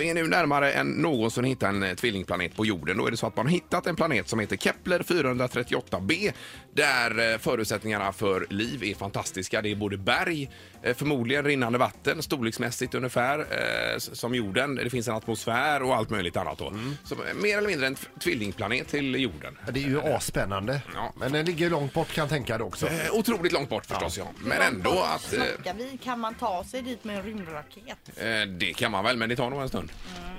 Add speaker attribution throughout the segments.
Speaker 1: Vi är nu närmare än någonsin hitta en eh, tvillingplanet på jorden. Då är det så att man har hittat en planet som heter Kepler 438b där eh, förutsättningarna för liv är fantastiska. Det är både berg, eh, förmodligen rinnande vatten, storleksmässigt ungefär eh, s- som jorden. Det finns en atmosfär och allt möjligt annat då. Så, eh, mer eller mindre en t- tvillingplanet till jorden.
Speaker 2: Det är ju asspännande.
Speaker 1: Ja.
Speaker 2: Men den ligger ju långt bort kan jag tänka det också.
Speaker 1: Eh, Otroligt långt bort förstås, ja. Men ändå att... eh,
Speaker 3: Snackar vi, kan man ta sig dit med en rymdraket?
Speaker 1: Eh, Det kan man väl, men det tar nog en stund.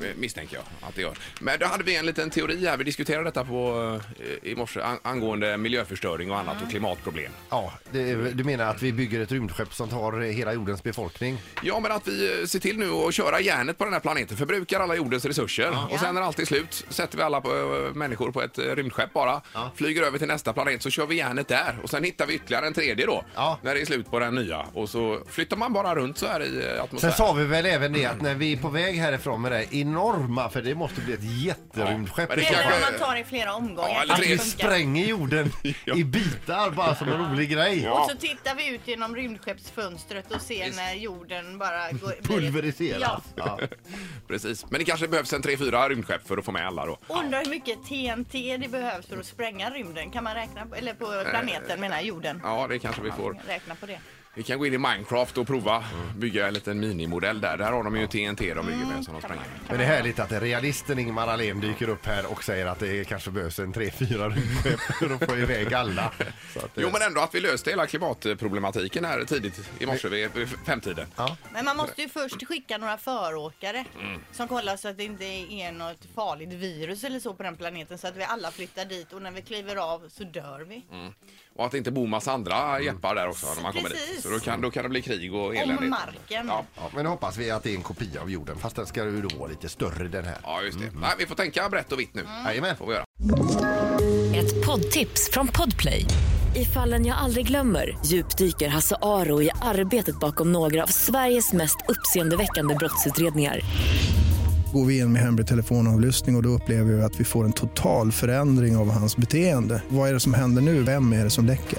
Speaker 1: Eh, Misstänker jag att det gör. Men då hade vi en liten teori här. Vi diskuterade detta på, eh, i morse an- angående miljöförstöring och annat och klimatproblem.
Speaker 2: Ja, det, du menar att vi bygger ett rymdskepp som tar hela jordens befolkning?
Speaker 1: Ja, men att vi eh, ser till nu att köra järnet på den här planeten. Förbrukar alla jordens resurser. Och sen när allt är slut sätter vi alla på, eh, människor på ett eh, rymdskepp bara. Flyger över till nästa planet så kör vi järnet där. Och sen hittar vi ytterligare en tredje då.
Speaker 2: Ja.
Speaker 1: När det är slut på den nya. Och så flyttar man bara runt så här i eh,
Speaker 2: Sen
Speaker 1: atmosfären.
Speaker 2: sa vi väl även det att när vi är på väg härifrån med det här enorma, för det måste bli ett
Speaker 1: Ja,
Speaker 2: jätterymdskepp.
Speaker 1: men det
Speaker 3: Eller om
Speaker 1: kanske-
Speaker 3: man tar i flera omgångar.
Speaker 1: Ja, eller
Speaker 2: Att
Speaker 3: Det
Speaker 2: vi
Speaker 1: tre.
Speaker 3: funkar.
Speaker 2: spränger jorden i bitar bara som en rolig grej.
Speaker 1: Ja.
Speaker 3: Och så tittar vi ut genom rymdskeppsfönstret och ser när jorden bara går...
Speaker 2: Pulveriseras.
Speaker 3: Ja.
Speaker 2: Ja.
Speaker 1: Precis. Men det kanske behövs en tre, fyra rymdskepp för att få med alla då.
Speaker 3: Undrar hur mycket TNT det behövs för att spränga rymden. Kan man räkna på, eller på planeten menar jag, jorden.
Speaker 1: Eh, Ja, det kanske vi får.
Speaker 3: Räkna på det.
Speaker 1: Vi kan gå in i Minecraft och prova bygga en liten minimodell där. Där har de ju TNT de bygger med som
Speaker 3: Mm,
Speaker 1: de spränger. med.
Speaker 2: Men det är härligt att realisten Ingmar Ahlén dyker upp här och säger att det kanske behövs en 3-4 rymdskepp för att få iväg alla. Så att, eh,
Speaker 1: Jo, men ändå att vi löste hela klimatproblematiken här tidigt i morse vid
Speaker 3: Mm.
Speaker 1: vid femtiden.
Speaker 3: Men man måste ju först skicka några föråkare
Speaker 1: Mm.
Speaker 3: som kollar så att det inte är något farligt virus eller så på den planeten så att vi alla flyttar dit och när vi kliver av så dör vi.
Speaker 1: Och att det inte bor massa andra jeppar där också när man kommer dit.
Speaker 3: Mm. Precis.
Speaker 1: Så då kan, då kan det bli krig och eländigt.
Speaker 3: Om marken.
Speaker 1: Ja.
Speaker 2: Ja, men då hoppas vi att det är en kopia av jorden, fast den ska ju då vara lite större den här.
Speaker 1: Ja, just det.
Speaker 3: Mm.
Speaker 1: Nej, vi får tänka brett och vitt nu.
Speaker 2: Jajamän.
Speaker 1: Får vi göra.
Speaker 4: Ett poddtips från Podplay. I fallen jag aldrig glömmer djupdyker Hasse Aro i arbetet bakom några av Sveriges mest uppseendeväckande brottsutredningar.
Speaker 5: Går vi in med hemlig telefonavlyssning och, och då upplever vi att vi får en total förändring av hans beteende. Vad är det som händer nu? Vem är det som läcker?